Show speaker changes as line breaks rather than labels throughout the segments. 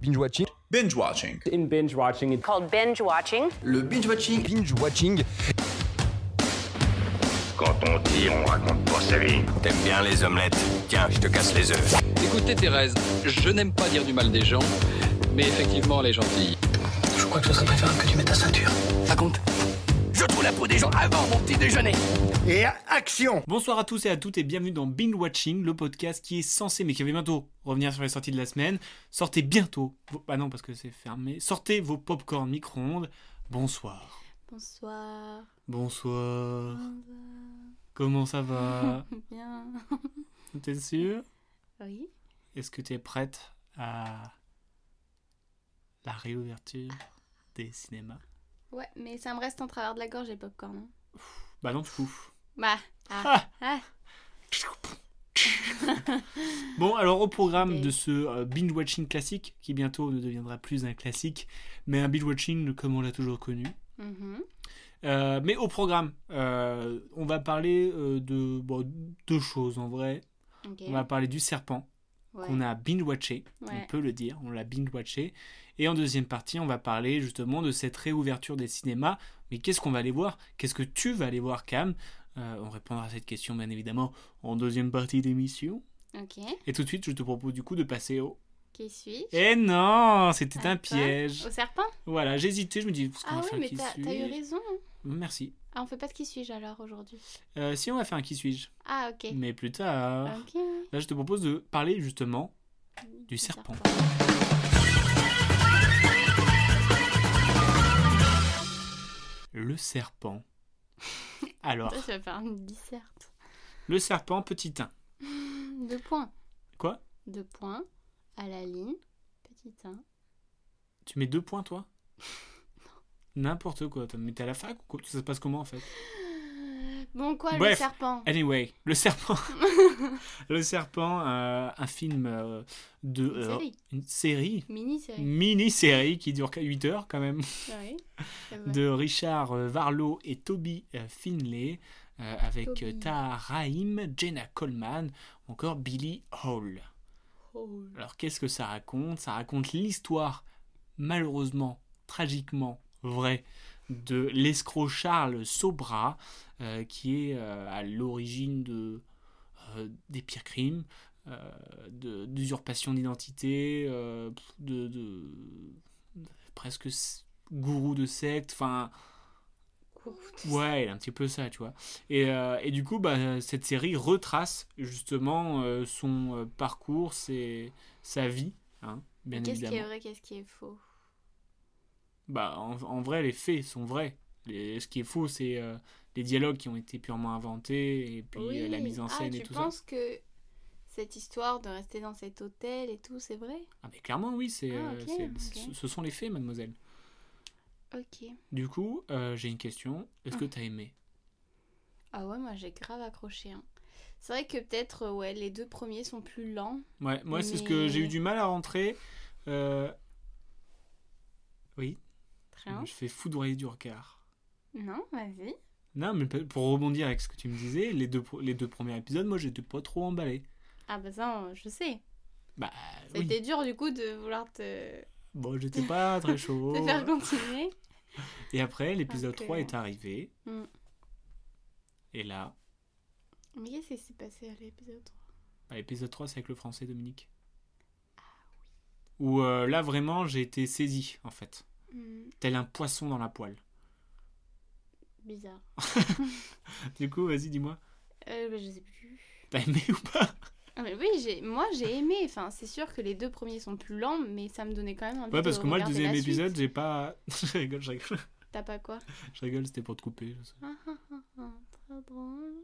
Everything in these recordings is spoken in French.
Binge watching.
Binge watching.
In binge watching,
called binge watching.
Le binge watching.
Binge watching.
Quand on tire, on raconte pas sa vie. T'aimes bien les omelettes Tiens, je te casse les œufs.
Écoutez Thérèse, je n'aime pas dire du mal des gens, mais effectivement elle est gentille.
Je crois que ce serait préférable que tu mettes ta ceinture.
Raconte. Je trouve la peau des gens avant mon petit déjeuner.
Et action
Bonsoir à tous et à toutes et bienvenue dans Binge Watching, le podcast qui est censé, mais qui va bientôt revenir sur les sorties de la semaine. Sortez bientôt, vos- bah non parce que c'est fermé, sortez vos popcorn micro-ondes. Bonsoir.
Bonsoir.
Bonsoir. Comment ça va
Bien.
T'es sûr
Oui.
Est-ce que t'es prête à la réouverture des cinémas
Ouais, mais ça me reste en travers de la gorge et le popcorn. hein.
Bah non, du coup.
Bah. Ah.
Ah
ah.
Bon, alors au programme
Des-
de ce euh, binge-watching classique, qui bientôt ne deviendra plus un classique, mais un binge-watching comme on l'a toujours connu.
Mhm.
Euh, mais au programme, euh, on va parler euh, de bon, deux choses en vrai.
Ok.
On va parler du serpent
Ouais.
qu'on a binge-watché, on
Ouais.
peut le dire, on l'a binge-watché. Et en deuxième partie, on va parler justement de cette réouverture des cinémas. Mais qu'est-ce qu'on va aller voir Qu'est-ce que tu vas aller voir, Cam Euh, On répondra à cette question, bien évidemment, en deuxième partie d'émission.
Ok.
Et tout de suite, je te propose du coup de passer au...
Qui suis-je
Eh non C'était
À
un
Ah, quoi
piège
Au serpent
Voilà, j'hésitais, je me dis, parce qu'on
Ah
va
oui,
faire
mais
qui
t'as t'as eu
suis-je
raison. hein.
Merci.
Ah, on fait pas de qui suis-je alors aujourd'hui
Euh, si on va faire un qui suis-je
Ah, ok.
Mais plus tard.
Ok.
Là, je te propose de parler justement.
Le
serpent. Le serpent. Alors,
Toi, tu vas faire une disserte.
le serpent petit 1.
Deux points.
Quoi
Deux points. À la ligne. hein. Petit 1.
Tu mets deux points, toi N'importe quoi. T'as- Mais t'es à la fac ou quoi Ça se passe comment en fait
Bon, quoi, le
Bref.
serpent
Anyway, le serpent. le serpent, euh, un film euh, de.
Une
euh,
série.
une série,
Mini-série.
mini-série qui dure 8 heures quand même.
Oui. C'est vrai.
de Richard euh, Varlow et Toby euh, Finlay, euh, avec euh,
Toby.
Tahar Rahim, Jenna Coleman, ou encore Billy Hall.
Oh,
Alors qu'est-ce que ça raconte Ça raconte l'histoire, malheureusement, tragiquement vraie, de l'escroc Charles Sobra, euh, qui est euh, à l'origine de, euh, des pires crimes, euh, de- d'usurpation d'identité, euh, pff, de, de- presque s- gourou de secte, enfin ouais, il est un petit peu ça, tu vois. Et, euh, et du coup, bah, cette série retrace justement euh, son euh, parcours, ses- sa vie, hein, bien
Qu'est-ce qui
évidemment.
est vrai, qu'est-ce qui est faux
Bah, en, en vrai, les faits sont vrais. Les- ce qui est faux, c'est euh, les dialogues qui ont été purement inventés et puis euh, la mise en scène
ah,
et tout
Tu penses que cette histoire de rester dans cet hôtel et tout, c'est vrai
ça. Ah, mais clairement, oui, c'est,
Ah,
euh,
ok,
c'est-
ok.
ce- ce sont les faits, mademoiselle.
Ok.
Du coup, euh, j'ai une question. Est-ce que t'as aimé
Ah ouais, moi j'ai grave accroché. hein. C'est vrai que peut-être, euh, ouais, les deux premiers sont plus lents.
Ouais, moi, c'est ce que
Mais-
j'ai eu du mal à rentrer. Euh, Oui,
Très bien.
je fais foudroyer du regard.
Non, vas-y.
Non, mais pe- pour rebondir avec ce que tu me disais, les deux, pro- les deux premiers épisodes, moi, j'étais pas trop emballé.
Ah bah ça, on- je sais.
Bah,
Ah,
oui.
C'était dur du coup de vouloir te, te
Bon, j'étais pas très chaud.
faire continuer.
Et après, l'épisode
Parce que-
3 est arrivé.
Mm.
Et là,
Mais qu'est-ce qui s'est passé à l'épisode
bah, l'épisode 3, c'est avec le français Dominique. Où euh, là, vraiment, j'ai été saisi, en fait.
3 Hmm,
Tel un poisson dans la poêle.
Bizarre.
Du coup, vas-y, dis-moi.
Euh, bah, je sais plus.
T'as aimé ou pas
Ah mais oui, j'ai- moi j'ai aimé. Enfin, c'est sûr que les deux premiers sont plus lents, mais ça me donnait quand même envie
Ouais, parce
de
que moi, le
regarder
deuxième
la suite.
épisode, j'ai pas. je rigole, je rigole.
T'as pas quoi
Je rigole, c'était pour te couper.
Ah, ah, ah, ah, Trop drôle.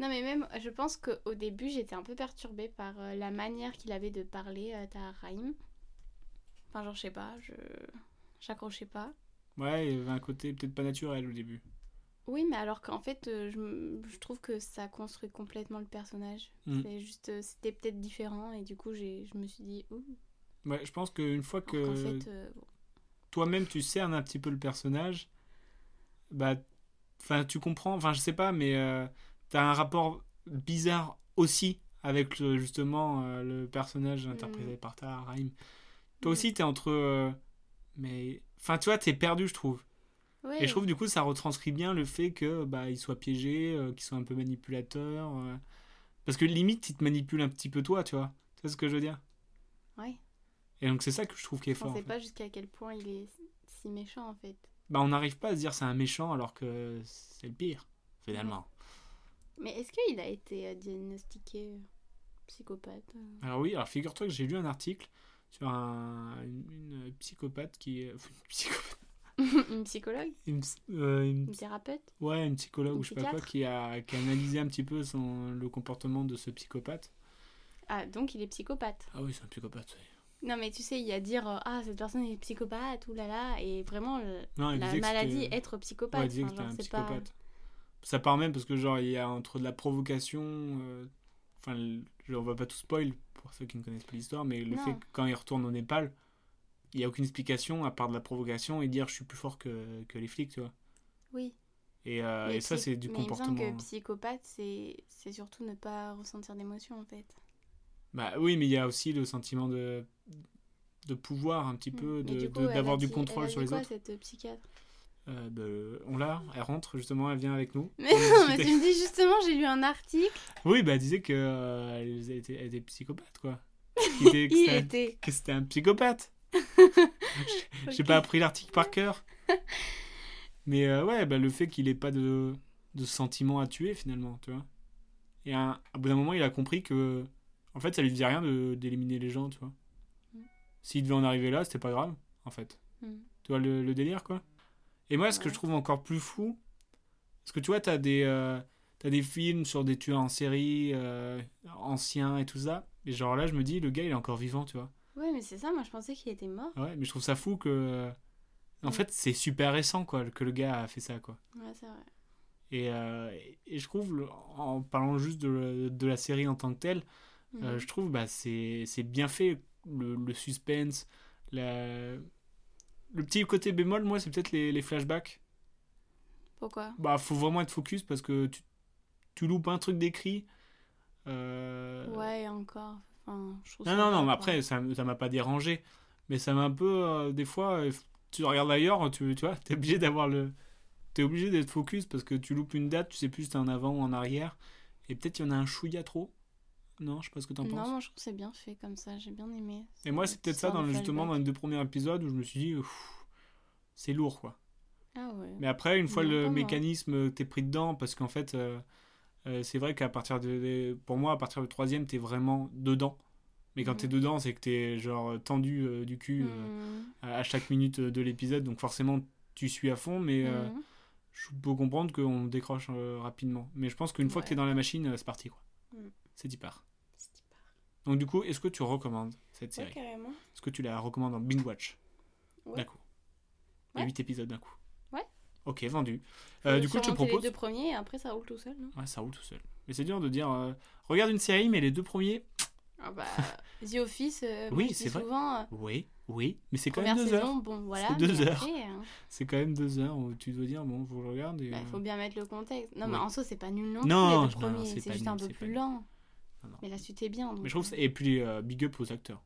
Non mais même, je pense qu'au début j'étais un peu perturbée par euh, la manière qu'il avait de parler euh, Tahar Rahim. Enfin genre je sais pas, je j'accrochais pas.
Ouais, il y avait un côté peut-être pas naturel au début.
Oui mais alors qu'en fait euh, je, m- je trouve que ça construit complètement le personnage.
Mm.
C'est juste, euh, c'était peut-être différent et du coup j'ai, je me suis dit ouh.
Ouais, je pense qu'une fois
alors qu'en
que
fait, euh, bon.
toi-même tu cernes un petit peu le personnage, bah, enfin, tu comprends, enfin, je sais pas, mais euh, t'as un rapport
Mm.
bizarre aussi avec le- justement euh, le personnage interprété par Tahar Rahim. Toi aussi, t'es entre. euh, mais. Enfin, tu vois, t'es perdu, je trouve.
Oui.
Et je trouve, du coup, ça retranscrit bien le fait que bah, ils soient piégés, euh, qu'ils soient un peu manipulateurs. euh, Parce que limite, ils te manipulent un petit peu, toi, tu vois. Tu vois ce que je veux dire
Ouais.
Et donc, c'est ça que je trouve qui est
On
fort. en
sait
fait.
pas jusqu'à quel point il est si méchant en fait.
Bah, on n'arrive pas à se dire c'est un méchant alors que c'est le pire, finalement.
Mais est-ce qu'il a été euh, diagnostiqué euh, psychopathe euh
Alors oui, alors figure-toi que j'ai lu un article sur un- une, une psychopathe qui est... enfin, Une, psychopathe,
Une euh, psychologue
une ps- euh, une-
Une thérapeute
ouais, une psychologue
Une
ou je sais pas quoi
psychiatre
qui a, qui a analysé un petit peu son, le comportement de ce psychopathe.
Ah, donc il est psychopathe.
Ah oui, c'est un psychopathe. oui.
Non, mais tu sais, il y a dire euh, Ah, cette personne est psychopathe, oulala, et vraiment le-
Non, Ah, il
la
disait que
maladie,
c'était- euh,
être
ouais,
psychopathe.
il disait que c'était
enfin, genre,
un
c'est pas-
psychopathe. Ça part même parce que genre il y a entre de la provocation, euh, enfin le- genre, on va pas tout spoil pour ceux qui ne connaissent pas l'histoire, mais le
Non.
fait que quand il retourne au Népal, il y a aucune explication à part de la provocation et dire je suis plus fort que, que les flics, tu vois.
Oui.
Et, euh,
mais
et ça,
psy-
c'est du
mais
comportement. hein.
Il me semble que psychopathe, c'est c'est surtout ne pas ressentir d'émotion en fait.
Bah oui, mais il y a aussi le sentiment de, de pouvoir un petit peu,
Mm. Hmm. Mais
de-
coup,
de-
elle a
d'avoir du
dit- elle a
contrôle
dit
sur les
quoi,
autres.
cette euh, psychiatre
Euh, bah, euh, on l'a, elle rentre justement, elle vient avec nous.
Mais
On a
non, mais
discuté.
tu me dis justement, j'ai lu un article,
Oui, bah elle disait que euh, elle était, elle était psychopathe, quoi. Qu'il était- que
il
c'était un-
était.
que c'était un psychopathe. J'ai
Ok.
pas appris l'article par cœur. Mais euh, ouais, bah, le fait qu'il ait pas de, de sentiment à tuer finalement, tu vois. Et à au bout d'un moment, il a compris que, en fait, ça lui faisait rien de- d'éliminer les gens, tu vois.
Mm.
S'il devait en arriver là, c'était pas grave, en fait.
Mm.
Tu vois le, le délire, quoi. Et moi, ce que
Ouais.
je trouve encore plus fou, parce que tu vois, t'as des, euh, t'as des films sur des tueurs en série, euh, anciens et tout ça. Et genre là, je me dis, le gars, il est encore vivant, tu vois. Ah
Ouais, mais c'est ça, moi je pensais qu'il était mort.
Ouais, mais je trouve ça fou que. euh, En
Mm.
fait, c'est super récent, quoi, que le gars a fait ça, quoi.
Ouais, c'est vrai.
Et, euh, et je trouve, le- en parlant juste de, de la série en tant que telle,
Mhm.
euh, je trouve bah c'est c'est bien fait, le, le suspense, la... le petit côté bémol, moi, c'est peut-être les, les flashbacks.
Pourquoi
Bah, faut vraiment être focus parce que tu, tu loupes un truc décrit. Euh,
Ouais, encore. Enfin, je trouve
Non,
ça
non,
va,
non, mais
quoi.
après, ça ça m'a pas dérangé. Mais ça m'a un peu. euh, des fois, euh, tu regardes ailleurs, tu, tu vois, t'es obligé d'avoir le. T'es obligé d'être focus parce que tu loupes une date, tu sais plus si t'es en avant ou en arrière. Et peut-être il y en a un chouïa trop. Non, je sais pas ce que t'en
Non,
penses.
moi je trouve que c'est bien fait comme ça, j'ai bien aimé.
Et moi,
cette
c'est peut-être ça,
histoire
dans,
de
le- justement, dans
flashback.
les deux premiers épisodes où je me suis dit, Ouf, c'est lourd, quoi.
Ah ouais.
Mais après, une fois
Non,
le
pas moi.
mécanisme, euh, t'es pris dedans parce qu'en fait, euh, euh, c'est vrai qu'à partir de, de- Pour moi, à partir du troisième, t'es vraiment dedans. Mais quand
Mhm.
t'es dedans, c'est que t'es genre tendu euh, du cul euh,
Mhm.
à à chaque minute euh, de l'épisode. Donc forcément, tu suis à fond, mais euh,
Mhm.
je peux comprendre qu'on décroche euh, rapidement. Mais je pense qu'une fois que
Ouais.
t'es dans la machine, euh, c'est parti quoi.
Mhm.
C'est y part.
C'est pas-
Donc du coup, est-ce que tu recommandes cette
Ouais,
série
carrément.
Est-ce que tu la recommandes en binge watch
Ouais.
D'un coup. Les
Ouais.
8 épisodes d'un coup.
Ouais.
Ok, vendu. Euh, du coup, je te
Surmonter
propose.
les deux premiers et après ça roule tout seul, non
Ouais, ça roule tout seul. Mais c'est dur de dire. euh, regarde une série, mais les deux premiers.
Ah bah, The Office, euh,
Oui,
moi, je
c'est
dis
vrai.
souvent, euh,
Oui, oui. Mais c'est quand
première
même deux
saison,
heures.
bon voilà.
C'est deux
mais
heures.
après, euh,
C'est quand même deux heures où tu dois dire, bon, vous le regardez. et,
bah,
euh,
faut bien mettre le contexte. Non, mais
Ouais.
en soi, c'est pas nul
Non,
non, plus, les
non,
deux premiers,
non, c'est
c'est
pas
juste
nul,
un peu
c'est pas
plus
nul.
lent.
Non, non.
Mais la suite est bien. Donc,
Mais je trouve ça- et puis euh, big up aux acteurs.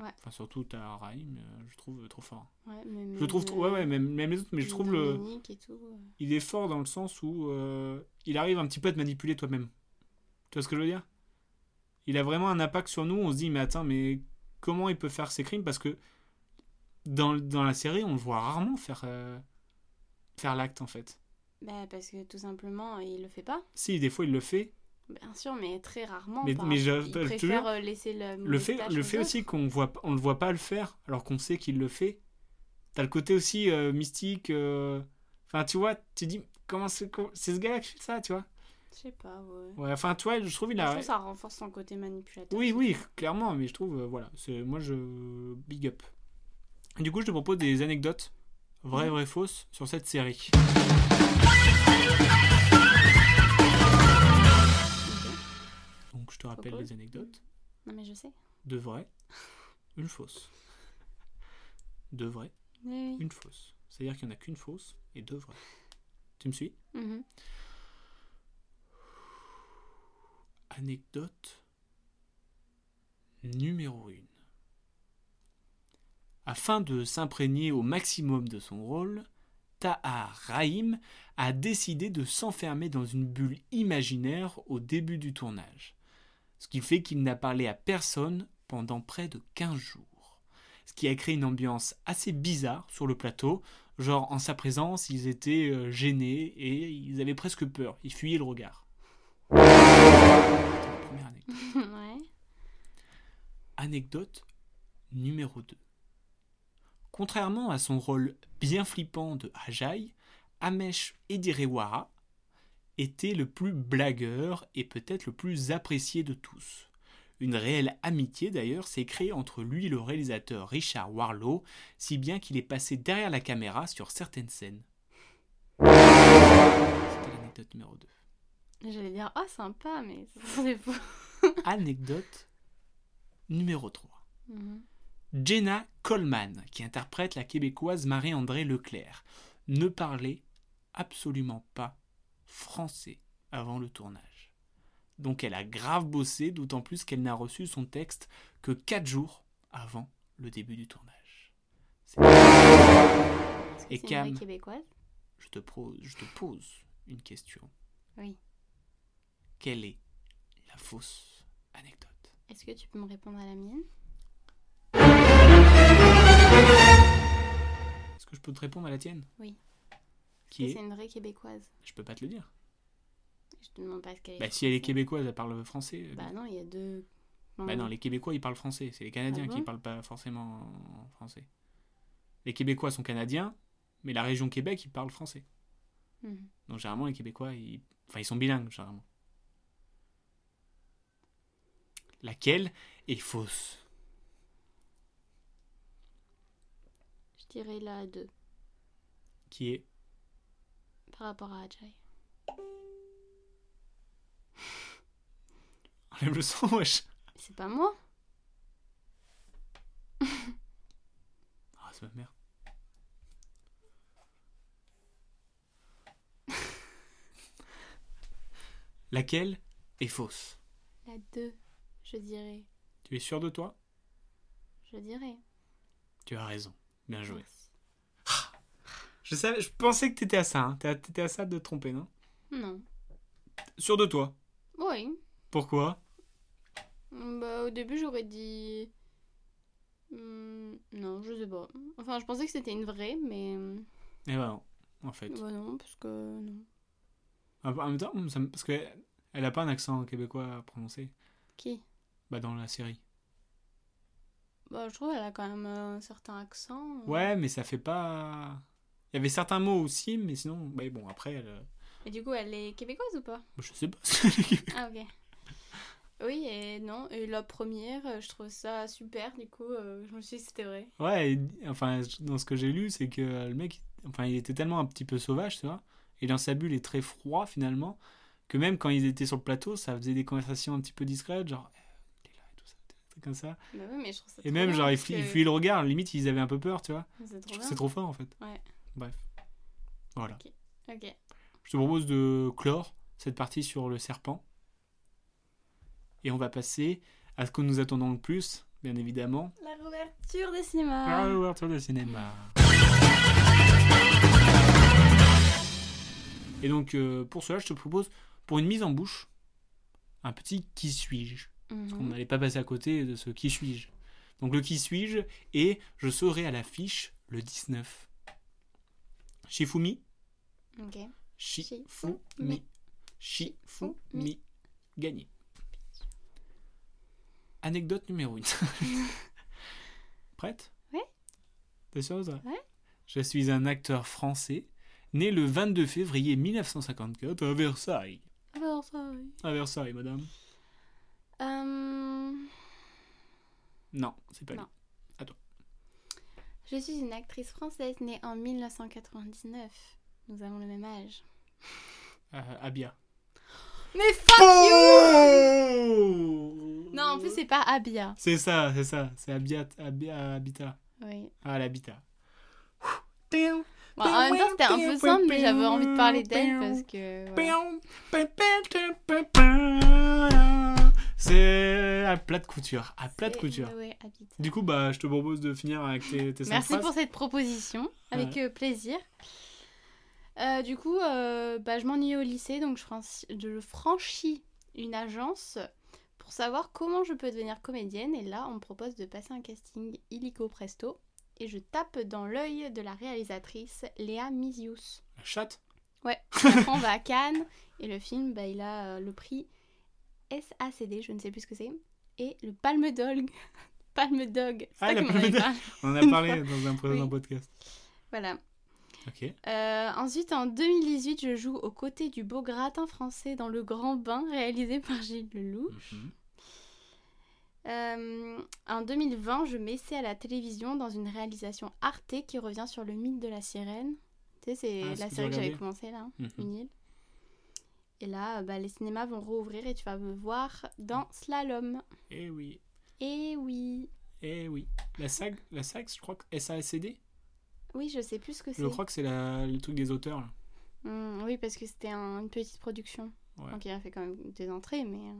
Ouais.
Enfin surtout t'as Raïm, euh, je trouve euh, trop fort.
ouais, mais-
Je
mais
le trouve
de-
trop ouais ouais même, même les autres mais je
de
trouve le
Dominique et tout, euh.
il est fort dans le sens où euh, il arrive un petit peu à te manipuler toi-même. Tu vois ce que je veux dire Il a vraiment un impact sur nous, on se dit mais attends mais comment il peut faire ces crimes parce que dans, dans la série, on le voit rarement faire euh, faire l'acte en fait.
Bah, parce que tout simplement, il le fait pas.
Si des fois il le fait,
Bien sûr, mais très rarement.
Mais-
par
mais je-
rapport-
je te
il préfère
jure,
euh, laisser le.
le
mauvaise
fait,
tâche
le
aux
fait
autres.
aussi qu'on voit, on le voit pas le faire, alors qu'on sait qu'il le fait. T'as le côté aussi euh, mystique. euh, Enfin, tu vois, tu dis comment c'est, comment- c'est ce gars-là qui fait ça, tu vois.
Je sais pas, ouais.
Ouais, enfin, tu vois, je trouve il
Je
a.
trouve ça renforce son côté manipulateur.
Oui, oui, clairement, mais je trouve, euh, voilà, c'est moi je big up. Et du coup, je te propose des anecdotes vraies, vraies, fausses sur cette série. Donc, je te rappelle
Propose.
les anecdotes
Non, mais je sais.
de vraies, une fausse, de vraies.
Oui, oui.
une fausse. C'est-à-dire qu'il n'y en a qu'une fausse et deux vraies. Tu me suis
Mhm.
Anecdote numéro 1. Afin de s'imprégner au maximum de son rôle, Tahar Rahim a décidé de s'enfermer dans une bulle imaginaire au début du tournage. Ce qui fait qu'il n'a parlé à personne pendant près de 15 jours. Ce qui a créé une ambiance assez bizarre sur le plateau. Genre, en sa présence, ils étaient euh, gênés et ils avaient presque peur. Ils fuyaient le regard. Première anecdote.
ouais.
Anecdote numéro 2. Contrairement à son rôle bien flippant de Ajay, Amesh Edirewara était le plus blagueur et peut-être le plus apprécié de tous. Une réelle amitié d'ailleurs s'est créée entre lui et le réalisateur Richard Warlow, si bien qu'il est passé derrière la caméra sur certaines scènes. C'était l'anecdote numéro 2.
J'allais dire, oh, sympa, mais c'est fou.
Anecdote numéro 3.
Mhm.
Jenna Coleman, qui interprète la québécoise Marie-André Leclerc, ne parlait absolument pas français avant le tournage. Donc elle a grave bossé, d'autant plus qu'elle n'a reçu son texte que 4 jours avant le début du tournage. C'est-
Est-ce que
Et
c'est une
Cam.
vraie québécoise
Je te, pro- je te pose une question.
Oui.
Quelle est la fausse anecdote
Est-ce que tu peux me répondre à la mienne
Est-ce que je peux te répondre à la tienne
Oui.
Qui
Est-ce
est
que C'est une vraie québécoise.
Je peux pas te le dire.
Je te demande pas ce qu'elle est.
Bah, si elle est
française.
québécoise, elle parle français. euh,
Bah non, il y a deux.
Bah non, les Québécois ils parlent français, c'est les Canadiens
Ah
qui
bon
parlent pas forcément français. Les Québécois sont canadiens, mais la région Québec ils parlent français.
Mhm.
Donc généralement les Québécois ils, enfin, ils sont bilingues généralement. Laquelle est fausse
Je dirais la deux
Qui est
par rapport à Ajay.
enlève le son wesh.
C'est pas moi
Ah c'est ma mère. Laquelle est fausse
La deux je dirais.
Tu es sûr de toi
Je dirais.
Tu as raison. Bien joué.
Merci.
Je, savais, je pensais que t'étais à ça. Hein. T'as- T'étais à ça de te tromper, non
Non.
Sûr de toi.
Oui.
Pourquoi
Bah, au début, j'aurais dit. Hmm, non, je sais pas. Enfin, je pensais que c'était une vraie, mais. euh,
Eh ben non, en fait.
Bah, non, parce que. Non.
En en même temps, hmm, ça me- parce qu'elle elle a pas un accent québécois prononcé
Qui
bah, dans la série.
Bah, je trouve qu'elle a quand même un certain accent. euh.
Ouais, mais ça fait pas... Il y avait certains mots aussi, mais sinon... Bah, bon, après, elle... euh, bah,
Et du coup, elle est québécoise ou pas
Je sais pas.
Ah, ok. Oui, et non. Et la première, euh, je trouve ça super, du coup, euh, je me suis dit que c'était vrai.
ouais, et- enfin, dans ce que j'ai lu, c'est que euh, le mec, enfin, il était tellement un petit peu sauvage, tu vois, et dans sa bulle, il est très froid, finalement, que même quand ils étaient sur le plateau, ça faisait des conversations un petit peu discrètes, genre... Euh, il est là, et tout ça, des trucs comme ça.
Bah, oui, mais je trouve ça.
Et
trop
même,
bien,
genre, ils
parce
fui- ils
que-
fuyaient le regard, limite, ils avaient un peu peur, tu vois.
C'est
Je
trop
trouve
bien.
que c'est trop fort en fait.
Ouais.
Bref. Voilà.
Ok.
Je te propose de clore cette partie sur le serpent. Et on va passer à ce que nous attendons le plus, bien évidemment.
La réouverture des
La
cinémas.
réouverture des cinémas. Et donc, euh, pour cela, je te propose, pour une mise en bouche, un petit qui suis-je
Mhm.
on n'allait pas passer à côté de ce qui suis-je. Donc le qui suis-je et je serai à l'affiche le 19. Shifumi,
Ok.
Shifumi, Shifumi, gagné. Anecdote numéro 1. Prête
Ouais.
T'es sûre de ça
Ouais.
Je suis un acteur français, né le 22 février 1954 à Versailles.
Alors, ça, oui.
À Versailles, madame.
Euh,
Non, c'est pas
Non.
lui.
Je suis une actrice française née en 1999. Nous avons le même âge.
Euh, Abia.
Mais fuck
Oh
you Non, en plus, c'est pas Abia.
C'est ça, c'est ça, c'est Abiat, Abia, Habitat.
Oui.
Ah, l'habitat.
Bon, en même temps, c'était un peu simple, mais j'avais envie de parler d'elle parce que. voilà.
C'est à plat de couture. À plat de
Et-
couture.
ouais, habite.
Du coup, bah, je te propose de finir avec tes, tes cinq
Merci
phrases.
pour cette proposition, avec euh, plaisir. Euh, du coup, euh, bah, je m'ennuyais au lycée, donc je, franchi- je franchis une agence pour savoir comment je peux devenir comédienne. Et là, on me propose de passer un casting illico presto. Et je tape dans l'œil de la réalisatrice Léa Mizius.
La chatte
Après, on va à Cannes. Et le film, bah, il a euh, le prix SACD, je ne sais plus ce que c'est. Et le Palme d'Og. Palme d'Og. C'est
Ah, la
toi qui m'en
Palme
avais
d'Og.
parlé.
On en a parlé dans un précédent
Oui.
podcast.
Voilà.
Ok.
Euh, ensuite, en 2018, je joue aux côtés du beau gratin français dans Le Grand Bain, réalisé par Gilles Leloup.
Mhm.
Euh, en 2020, je m'essaie à la télévision dans une réalisation Arte qui revient sur le mythe de la sirène. Tu sais, c'est
Ah, ce
la
que tu
série que j'avais
regardais.
commencé là, hein,
Mhm.
une île. Et là, euh, bah, les cinémas vont rouvrir et tu vas me voir dans Slalom.
Eh oui.
Eh oui
Eh oui. La SAG, la SAG je crois que SACD
Oui, je sais plus ce que c'est.
Je crois que c'est la- le truc des auteurs. là.
Hmm, oui, parce que c'était un- une petite production.
Ouais.
Donc il a fait quand même des entrées, mais... euh,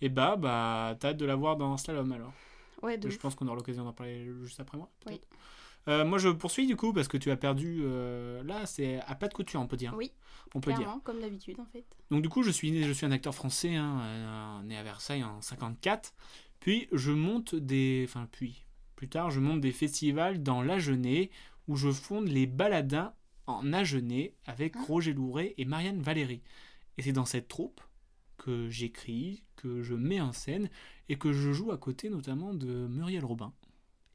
Et bah, bah, t'as hâte de la voir dans Slalom alors.
Ouais, de
Euh, Je
ouf.
pense qu'on aura l'occasion d'en parler juste après moi.
Oui.
peut-être. Euh, moi, je poursuis du coup parce que tu as perdu. euh, là, c'est à plat de couture, on peut dire.
Oui.
On peut dire.
Clairement, comme d'habitude en fait.
Donc du coup, je suis né, je suis un acteur français, hein, euh, né à Versailles en 54. Puis je monte des, enfin puis plus tard, je monte des festivals dans l'Agenais où je fonde les Baladins en Agenais avec
Hein
Roger Louret et Marianne Valéry. Et c'est dans cette troupe que j'écris, que je mets en scène et que je joue à côté notamment de Muriel Robin,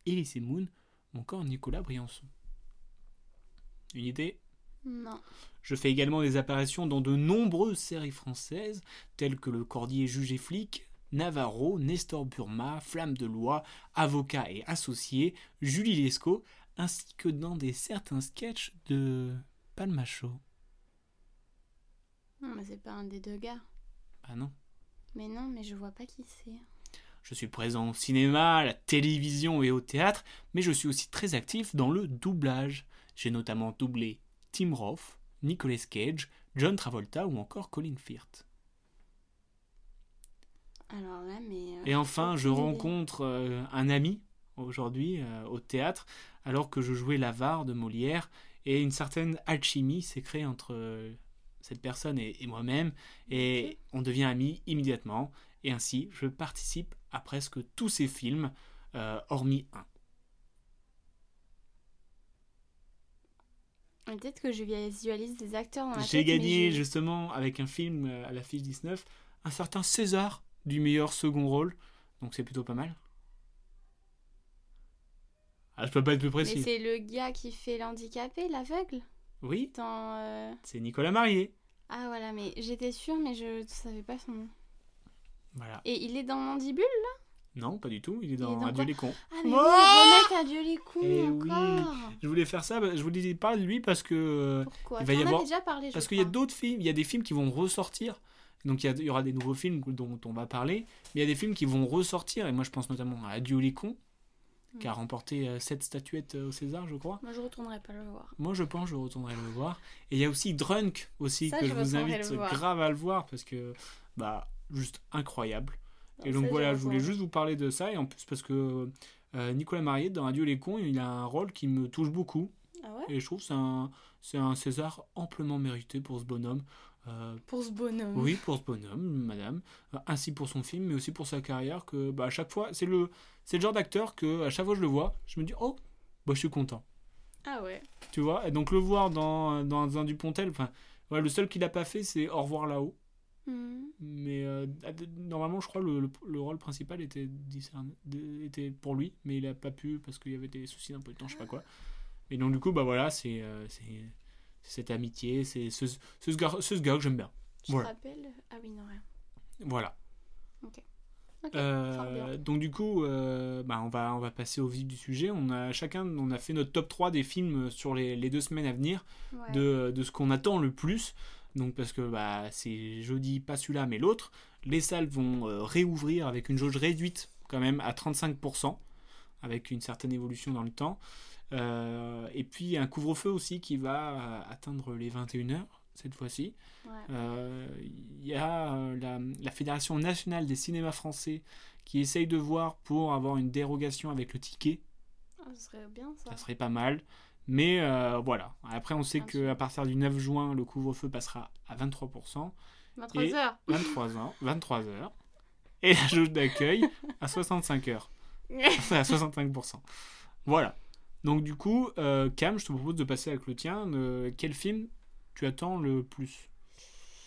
Elise Moon ou encore Nicolas Briançon. Une idée
Non.
je fais également des apparitions dans de nombreuses séries françaises, telles que Le Cordier jugé flic, Navarro, Nestor Burma, Flamme de Loi, Avocat et associé, Julie Lescaut, ainsi que dans des certains sketchs de Palmachot.
Non, mais c'est pas un des deux gars.
Ah non.
Mais non, mais je vois pas qui c'est.
Je suis présent au cinéma, à la télévision et au théâtre, mais je suis aussi très actif dans le doublage. J'ai notamment doublé Tim Roth, Nicolas Cage, John Travolta ou encore Colin Firth.
Alors là, mais. euh,
Et enfin, je
aucune idée.
rencontre euh, un ami aujourd'hui euh, au théâtre, alors que je jouais l'avare de Molière, et une certaine alchimie s'est créée entre euh, cette personne et, et moi-même, et
Ok.
on devient amis immédiatement, et ainsi je participe à presque tous ces films, euh, hormis un.
Mais Peut-être que je visualise des acteurs dans la
J'ai
tête, mais
gagné
je-
justement avec un film euh, à la fiche 19 un certain César du meilleur second rôle, donc c'est plutôt pas mal. Ah, je peux pas être plus
Mais
précis.
c'est le gars qui fait l'handicapé, l'aveugle,
Oui,
dans. euh,
c'est Nicolas Marié.
Ah voilà, mais j'étais sûre, mais je savais pas son nom.
Voilà.
Et il est dans Mandibule
Non, pas du tout, il est
dans
dans
quoi
Adieu les cons.
Ah, mais oui,
Ah
remettre à Dieu les cons
Eh oui.
encore
Je voulais faire ça, bah, je vous disais pas de lui parce que
Pourquoi
Il va y
T'en avais
avoir-
déjà parlé, je
parce qu'il y a
crois.
d'autres films, il y a des films qui vont ressortir. Donc il y, a- il y aura des nouveaux films dont on va parler, mais il y a des films qui vont ressortir et moi je pense notamment à Adieu les cons qui a
Hmm.
remporté euh, sept statuettes euh, au César, je crois.
Moi, je retournerai pas le voir.
Moi, je pense que je retournerai le voir. Et il y a aussi Drunk aussi
Ça,
que
je
je vous
retournerai
invite
le voir.
grave à le voir parce que bah juste incroyable. Et
Non,
donc
ça,
voilà, je voulais
retournerai.
juste vous parler de ça, et en plus parce que euh, Nicolas Marié dans Adieu les cons, il a un rôle qui me touche beaucoup,
Ah ouais
et je trouve que c'est un, c'est un César amplement mérité pour ce bonhomme. Euh,
Pour ce bonhomme.
oui, pour ce bonhomme, madame, euh, ainsi pour son film, mais aussi pour sa carrière, que bah, à chaque fois, c'est le, c'est le genre d'acteur que à chaque fois que je le vois, je me dis, oh, bah, je suis content.
Ah ouais.
Tu vois, et donc le voir dans, dans un Dupontel, enfin, voilà, le seul qu'il n'a pas fait, c'est Au revoir là-haut.
Hmm.
Mais euh, à- de- normalement, je crois le, le, le rôle principal était, discerné- de- était pour lui, mais il a pas pu parce qu'il y avait des soucis d'un peu de temps, je sais pas
Ah.
quoi. Et donc, du coup, bah voilà, c'est euh, c'est- c'est cette amitié, c'est ce, ce, ce gars, ce gars que j'aime bien.
Tu
Voilà.
te rappelles Ah oui, non, rien.
Voilà.
Ok. Ok,
Euh,
fort bien.
donc du coup, euh, bah, on, va, on va passer au vif du sujet. On a chacun, on a fait notre top 3 des films sur les, les deux semaines à venir,
Ouais.
de, de ce qu'on attend le plus. Donc parce que bah, c'est jeudi, pas celui-là, mais l'autre. Les salles vont euh, réouvrir avec une jauge réduite quand même à 35%, avec une certaine évolution dans le temps. Euh, et puis un couvre-feu aussi qui va euh, atteindre les 21h, cette fois-ci.
Ouais.
Euh, Il y a euh, la, la Fédération nationale des cinémas français qui essaye de voir pour avoir une dérogation avec le ticket.
Ah, ce serait bien ça.
Ça serait pas mal. Mais euh, voilà. Après, on sait
Bien
qu'à partir du 9 juin, le couvre-feu passera à 23%,
23 heures.
23 ans, 23 heures, et la jauge d'accueil à 65 heures. à 65%. Voilà. Donc du coup, euh, Cam, je te propose de passer avec le tien. Euh, quel film tu attends le plus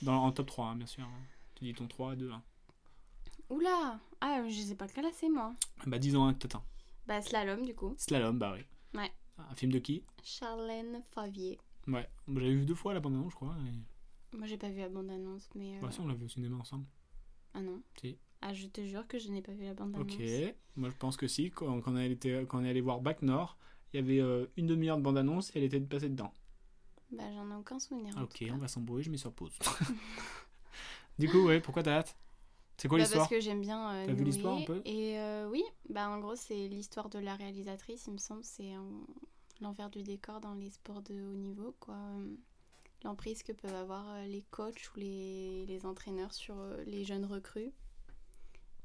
Dans, En top 3, hein, bien sûr. hein. Tu dis ton 3, 2, 1.
Oula. Ah, je sais pas classer moi.
Bah disons un que t'attends.
Bah, slalom du coup.
Slalom, bah oui.
Ouais.
Un film de qui
Charlène Favier.
Ouais. J'avais vu deux fois la bande-annonce, je crois. et-
Moi, j'ai pas vu la bande-annonce, mais. euh,
Bah si, on l'a vu au cinéma ensemble.
Ah non
Si.
Ah, je te jure que je n'ai pas vu la bande-annonce.
Ok, moi je pense que si. Quand, quand on, était, quand on est allé voir Bac Nord, il y avait euh, une demi-heure de bande-annonce et elle était passée dedans.
Bah, j'en ai aucun souvenir. en
Ah, Ok,
tout cas.
on va s'embrouiller, je mets sur pause. du coup, ouais, pourquoi t'as hâte C'est quoi
Bah,
l'histoire
Parce que j'aime bien. euh,
T'as vu l'histoire,
Noé,
un peu
Et euh, oui, bah en gros, c'est l'histoire de la réalisatrice, il me semble. C'est euh, l'envers du décor dans les sports de haut niveau, quoi. Euh, L'emprise que peuvent avoir euh, les coachs ou les, les entraîneurs sur euh, les jeunes recrues.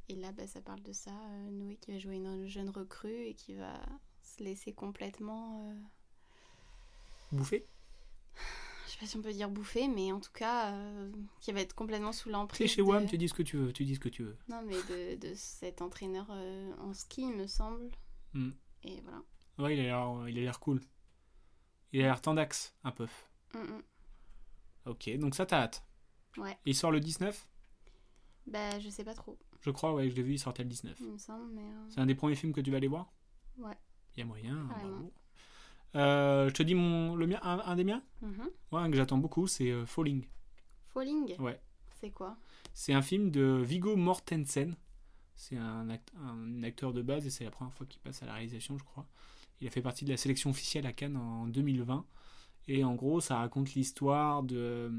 Et là, bah, ça parle de ça. euh, Noé qui va jouer une jeune recrue et qui va se laisser complètement. euh,
Bouffé
je sais pas si on peut dire bouffer, mais en tout cas, euh, qui va être complètement sous
C'est
l'emprise.
chez
de-
WAM, tu dis ce que tu veux, tu dis ce que tu veux.
Non, mais de, de cet entraîneur euh, en ski, il me semble.
Hmm.
Et voilà.
Ouais, il a l'air, il a l'air cool. Il a l'air tendax, un peu.
Mm, mm.
Ok, donc ça t'as hâte.
Ouais.
Il sort le 19
Bah, je sais pas trop,
Je crois, ouais, je l'ai vu, il sortait le 19.
il me semble, mais. euh,
C'est un des premiers films que tu vas aller voir
Ouais.
Il y a moyen,
Carrément.
bravo. Euh, je te dis mon, le mien, un, un des miens
mhm.
Ouais, un que j'attends beaucoup, c'est euh, Falling.
Falling
Ouais.
C'est quoi
C'est un film de Vigo Mortensen. C'est un, act- un acteur de base et c'est la première fois qu'il passe à la réalisation, je crois. Il a fait partie de la sélection officielle à Cannes en 2020. Et en gros, ça raconte l'histoire de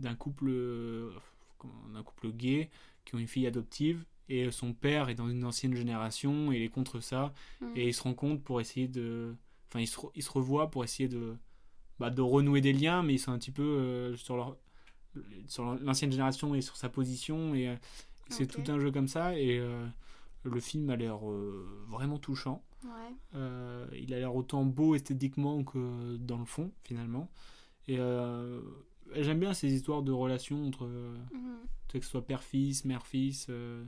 d'un couple euh, comment- d'un couple gay qui ont une fille adoptive et son père est dans une ancienne génération et il est contre ça
Hmm.
et ils se rencontrent pour essayer de enfin ils se, re- ils se revoient pour essayer de bah, de renouer des liens mais ils sont un petit peu euh, sur leur sur l'ancienne génération et sur sa position et euh, c'est
Ok.
tout un jeu comme ça et euh, le film a l'air euh, vraiment touchant
Ouais.
euh, il a l'air autant beau esthétiquement que dans le fond, finalement. Et euh, j'aime bien ces histoires de relations entre, euh,
Mhm.
que ce soit père-fils, mère-fils, euh,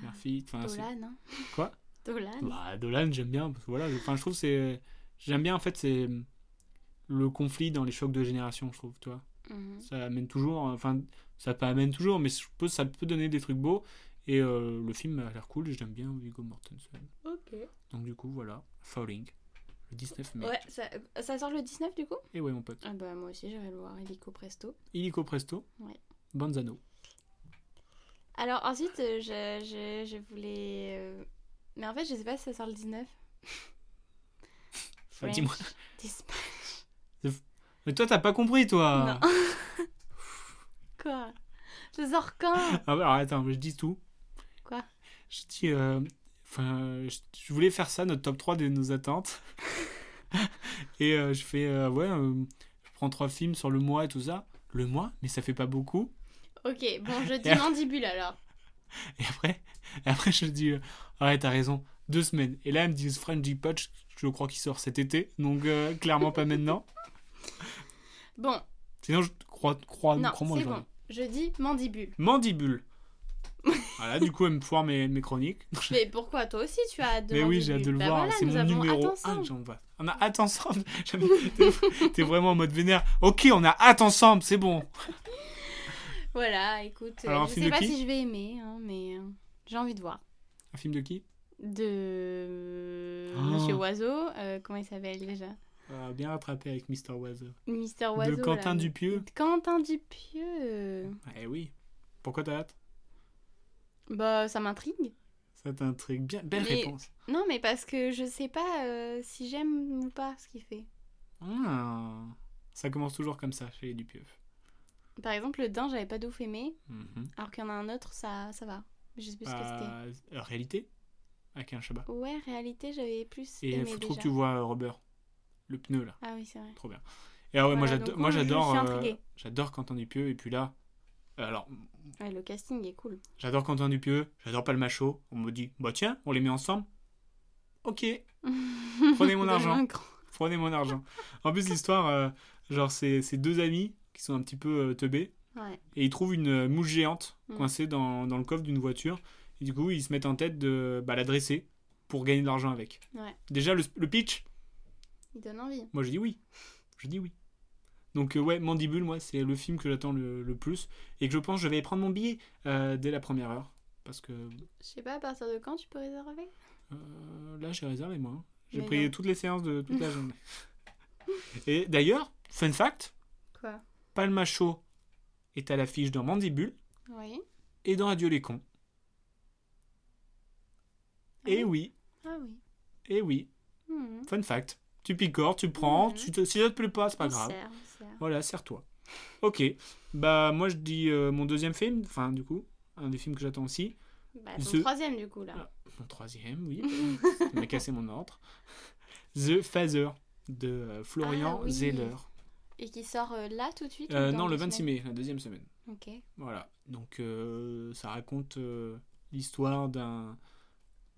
mère-fille. Enfin, Ah, c'est-
Dolan, hein
Quoi
Dolan
bah, Dolan, j'aime bien. Parce que voilà, je, enfin, je trouve que c'est. J'aime bien, en fait, c'est le conflit dans les chocs de génération, je trouve, tu vois.
Mhm.
Ça amène toujours. Enfin, ça pas amène toujours, mais je pense que ça peut donner des trucs beaux. Et euh, le film a l'air cool, et j'aime bien Viggo Mortensen.
Ok.
Donc, du coup, voilà, Falling, le 19 mai.
Ouais, ça, ça sort le 19 du coup
Et ouais, mon pote.
Ah bah, moi aussi, j'allais le voir, Illico Presto.
Illico Presto.
Ouais.
Banzano.
Alors, ensuite, euh, je, je, je voulais. euh, Mais en fait, je sais pas si ça sort le 19.
Ah, dis-moi.
French Dispatch.
Mais toi, t'as pas compris, toi
Non. Quoi Je sors quand
Ah, bah, alors, attends, je dis tout.
Quoi
Je dis. euh, Enfin, je, je voulais faire ça, notre top 3 de nos attentes. et euh, je fais. euh, ouais, euh, je prends trois films sur le mois et tout ça. Le mois Mais ça fait pas beaucoup.
Ok, bon, je dis mandibule alors.
Et après, et après je dis. euh, Ah ouais, t'as raison. Deux semaines. Et là, elle me dit French Patch, je crois qu'il sort cet été. Donc, euh, clairement pas maintenant.
Bon,
Sinon, je crois, crois,
non,
Ah, crois-moi,
c'est
j'aurais-
bon. Je dis mandibule.
Mandibule. voilà, du coup, elle me foire mes, mes chroniques.
Mais pourquoi toi aussi tu as hâte de
Mais oui, j'ai hâte de le
Mandibule Bah
voir.
voilà,
c'est
nous
mon
avons hâte
numéro 1
ensemble.
que j'en vois. On a hâte ensemble. J'aime- T'es- T'es vraiment en mode vénère. Ok, on a hâte ensemble, c'est bon.
Voilà, écoute, euh,
Alors, un
je
film
sais
de
pas
qui
si je vais aimer, hein, mais euh, j'ai envie de voir.
Un film de qui
De
Oh.
Monsieur Oiseau, euh, comment il s'appelle déjà
Euh, Bien rattrapé avec Mr. Oiseau.
Mister
De
Oiseau.
Quentin
là.
Dupieux.
Quentin Dupieux.
Eh oui. Pourquoi t'as hâte
Bah, ça m'intrigue.
Ça t'intrigue. Bien, belle
Mais-
réponse.
Non, mais parce que je sais pas euh, si j'aime ou pas ce qu'il fait.
Ah. Ça commence toujours comme ça chez les Dupieux.
Par exemple, le dain, j'avais pas d'ouf aimé,
Mhm.
alors qu'il y en a un autre, ça, ça va. Je sais plus ce que c'était.
Bah, euh, réalité Avec un Shabbat.
Ouais, réalité, j'avais plus
Et
aimé
faut
déjà.
trop que tu vois euh, Robert. Le pneu là.
Ah oui, c'est vrai.
Trop bien. Et ah ouais, moi
Voilà,
j'ado-
donc,
moi
je- je
j'adore
suis
euh,
intriguée.
j'adore Quentin Dupieux et puis là euh, alors
Ouais, le casting est cool.
j'adore Quentin Dupieux, j'adore Palmachot, on me dit bah tiens, on les met ensemble. OK, Prenez mon
De
argent.
vaincre.
prenez mon argent. En plus l'histoire euh, genre c'est c'est deux amis qui sont un petit peu euh, teubés
Ouais.
et ils trouvent une euh, mouche géante
Mm.
coincée dans, dans le coffre d'une voiture. Et du coup, ils se mettent en tête de bah, la dresser pour gagner de l'argent avec.
Ouais.
Déjà, le, le pitch,
Il donne envie.
moi je dis oui. Je dis oui. Donc, euh, ouais, Mandibule, moi, c'est le film que j'attends le, le plus et que je pense que je vais prendre mon billet euh, dès la première heure. Parce que
Je sais pas à partir de quand tu peux réserver.
euh, là, j'ai réservé moi. hein. J'ai
Mais
pris
non.
toutes les séances de toute la journée. et d'ailleurs, fun fact
Quoi
Palma Show est à l'affiche dans Mandibule
Oui.
et dans Adieu les cons.
Ah
Et oui,
Ah oui.
Et Eh oui,
Mhm.
fun fact. Tu picores, tu prends,
Mhm.
tu te- si ça te plaît pas, c'est pas
On
grave.
sert, on sert.
Voilà, serre-toi. Ok, bah moi je dis euh, mon deuxième film, enfin du coup, un des films que j'attends aussi.
Bah, ton
Ce-
troisième du coup là.
Ah. Mon troisième, oui, il m'a cassé mon ordre. The Father de euh, Florian
Ah oui.
Zeller.
Et qui sort euh, là tout de suite ou
Euh,
dans
non, le
deux
26 mai, la deuxième semaine.
semaines Ok.
Voilà, donc euh, ça raconte euh, l'histoire d'un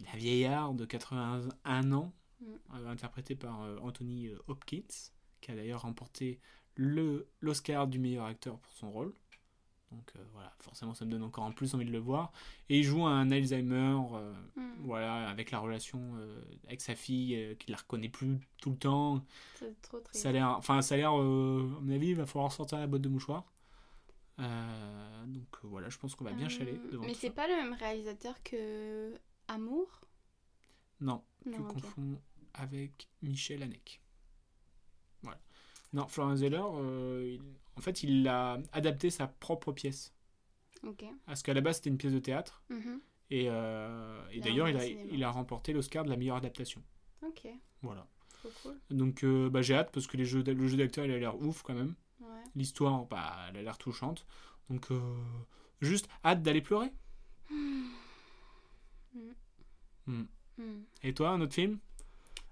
d'un vieillard de 81 ans,
Mm.
euh, interprété par euh, Anthony euh, Hopkins, qui a d'ailleurs remporté le- l'Oscar du meilleur acteur pour son rôle. Donc euh, voilà, forcément ça me donne encore en plus envie de le voir. Et il joue un Alzheimer, euh,
Mhm.
voilà, avec la relation euh, avec sa fille, euh, qui la reconnaît plus tout le temps.
C'est trop triste.
Ça a l'air, enfin, ça a l'air, euh, à mon avis, il va falloir sortir la boîte de mouchoirs. Euh, donc euh, voilà, je pense qu'on va bien
Euh,
chaler devant
Mais
tout
c'est
ça.
pas le même réalisateur que Amour
Non, tu
Non, ok.
confonds avec Michel Haneke. Voilà. Non, Florian Zeller, euh, il- en fait, il a adapté sa propre pièce.
Ok.
Parce qu'à la base, c'était une pièce de théâtre.
Mhm.
Et, euh, et
Il a
d'ailleurs, il
rendu
a,
au cinéma.
il a remporté l'Oscar de la meilleure adaptation.
Ok.
Voilà.
Trop cool.
Donc euh, bah, j'ai hâte parce que les jeux, d'a- le jeu d'acteur, il a l'air ouf quand même.
Ouais.
L'histoire, bah, elle a l'air touchante. Donc, euh, juste hâte d'aller pleurer.
Mhm.
Et toi, un autre film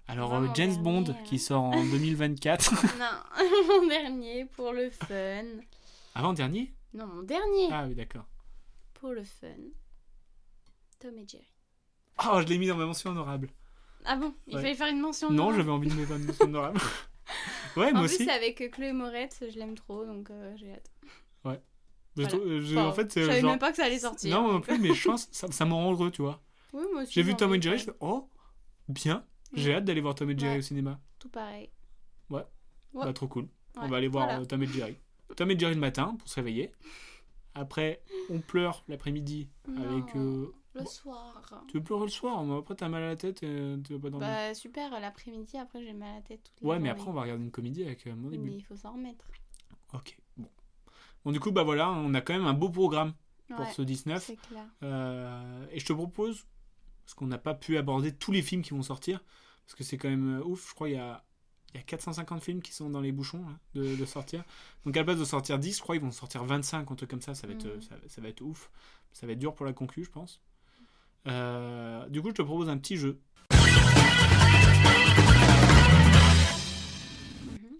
Alors, euh,
Vraiment
James
dernier,
Bond,
hein.
qui sort en 2024.
non, mon dernier pour le fun.
Avant-dernier
Non, mon dernier
Ah oui, d'accord.
pour le fun. Tom et Jerry.
Oh, je l'ai mis dans ma mention honorable.
Ah bon Il
Ouais.
fallait faire une mention
Non,
honorable.
j'avais envie de mettre dans ma mention honorable. ouais,
En
moi
plus,
aussi.
c'est avec euh, Chloé Moretz, je l'aime trop, donc euh, j'ai hâte.
Je
voilà.
trouve- euh, je-
Enfin,
en fait,
je
euh,
savais
genre...
même pas hein. que ça allait sortir.
Non, non
donc.
plus, mais je pense, ça, ça me rend heureux, tu vois.
Oui, moi aussi,
J'ai vu
j'en
Tom
ai
et Jerry,
fait.
je fais Oh, bien. J'ai hâte d'aller voir Tom et Jerry
Ouais.
au cinéma.
Tout pareil. Ouais.
Bah, trop cool. On
Ouais,
va aller voir
voilà.
euh, Tom et Jerry. Tom et Jerry le matin pour se réveiller. Après, on pleure l'après-midi avec.
Non.
euh,
Le
Bon.
soir.
Tu veux pleurer le soir, mais après t'as mal à la tête et euh, tu vas pas dormir.
Bah super, l'après-midi, après j'ai mal à la tête toute la
ouais, mais
journée.
après on va regarder une comédie avec euh, mon début.
Mais il faut s'en remettre.
Ok, bon. Bon, du coup, bah voilà, on a quand même un beau programme pour
Ouais,
ce 19.
c'est clair.
Euh, et je te propose, parce qu'on n'a pas pu aborder tous les films qui vont sortir, parce que c'est quand même euh, ouf, je crois il y a, il y a 450 films qui sont dans les bouchons là, de, de sortir. Donc à la place de sortir 10, je crois ils vont sortir 25, un truc comme ça, ça va être,
Mhm.
euh, ça, ça va être ouf. Ça va être dur pour la concu, je pense. Euh, du coup, je te propose un petit jeu.
Mhm.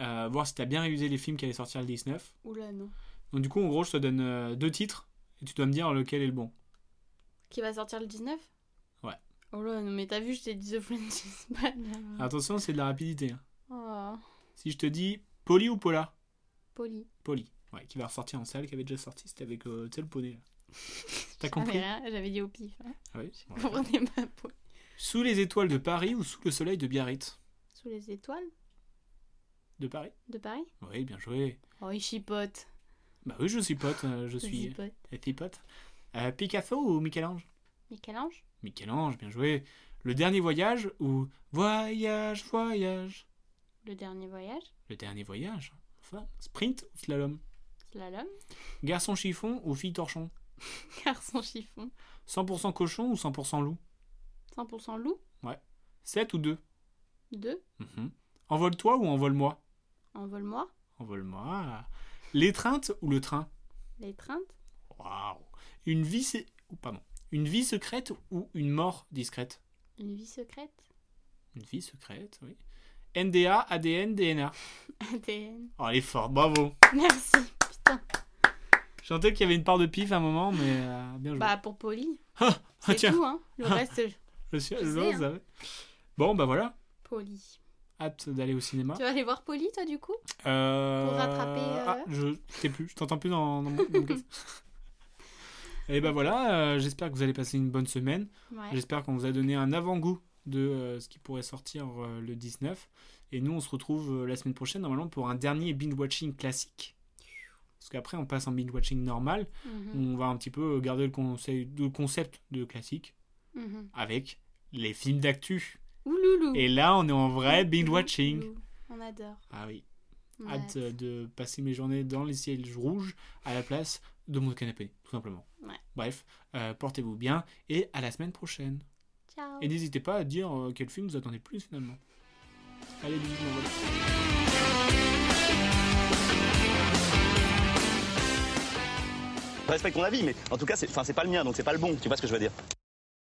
Euh, voir si t'as bien révisé les films qui allaient sortir le 19.
Oula, non.
Donc du coup, en gros, je te donne euh, deux titres et tu dois me dire lequel est le bon.
Qui va sortir le 19
Ouais.
Oh là, non, mais t'as vu, je t'ai dit The French is bad. là.
Attention, c'est de la rapidité. hein.
Oh,
Si je te dis Poli ou Pola
poli.
Poli, ouais, qui va ressortir en salle, qui avait déjà sorti, c'était avec euh, tu sais, le poney. là. T'as
Ah, mais
compris
rien, J'avais dit au pif. hein.
Ah oui,
Je
voilà.
comprenais pas. poli.
Sous les étoiles de Paris ou sous le soleil de Biarritz
Sous les étoiles
De Paris
de Paris
Oui, bien joué.
Oh, il chipote.
Bah oui, je suis pote, euh, je
Il
suis
chipote.
euh, petit pote. Euh, Picasso ou Michel-Ange
Michel-Ange
Michel-Ange, bien joué. Le dernier voyage ou Voyage, voyage
Le dernier voyage
Le dernier voyage Enfin, sprint ou slalom
Slalom
Garçon chiffon ou fille torchon
Garçon chiffon
100% cochon ou 100% loup
100% loup
7 ou 2
2
Envole-toi ou envole-moi
Envole-moi
Envole-moi. L'étreinte ou le train
L'étreinte
Waouh Une vie sé- ou pardon. Une vie secrète ou une mort discrète
Une vie secrète
Une vie secrète, oui. NDA, ADN, DNA.
ADN.
Oh, elle est forte, bravo.
Merci. Putain.
Je sentais qu'il y avait une part de pif à un moment, mais euh, bien joué.
Bah, pour Polly,
Ah, ah,
c'est
tiens,
tout, hein. Le reste,
je suis-
je
je
sais, hein.
savais. Bon, bah voilà,
Polly.
hâte d'aller au cinéma.
Tu vas aller voir Polly, toi, du coup
Euh,
Pour rattraper, euh,
Ah, je sais plus, je t'entends plus dans, dans mon dans mon casque. Et ben voilà, euh, j'espère que vous allez passer une bonne semaine.
Ouais.
J'espère qu'on vous a donné un avant-goût de euh, ce qui pourrait sortir euh, le 19. Et nous, on se retrouve euh, la semaine prochaine, normalement, pour un dernier binge-watching classique. Parce qu'après, on passe en binge-watching normal.
Mhm,
On va un petit peu euh, garder le, conseil, le concept de classique
mhm.
avec les films d'actu.
Ouloulou.
Et là, on est en vrai binge-watching.
Ouloulou. On adore.
Ah oui.
On a
hâte
hâte.
euh, de passer mes journées dans les ciels rouges à la place de mon canapé, tout simplement.
Ouais.
Bref, euh, portez-vous bien et à la semaine prochaine.
Ciao.
Et n'hésitez pas à dire euh, quel film vous attendez plus finalement. Allez, bisous, on va-
Je respecte ton avis, mais en tout cas, c'est enfin, c'est pas le mien, donc c'est pas le bon. Tu vois ce que je veux dire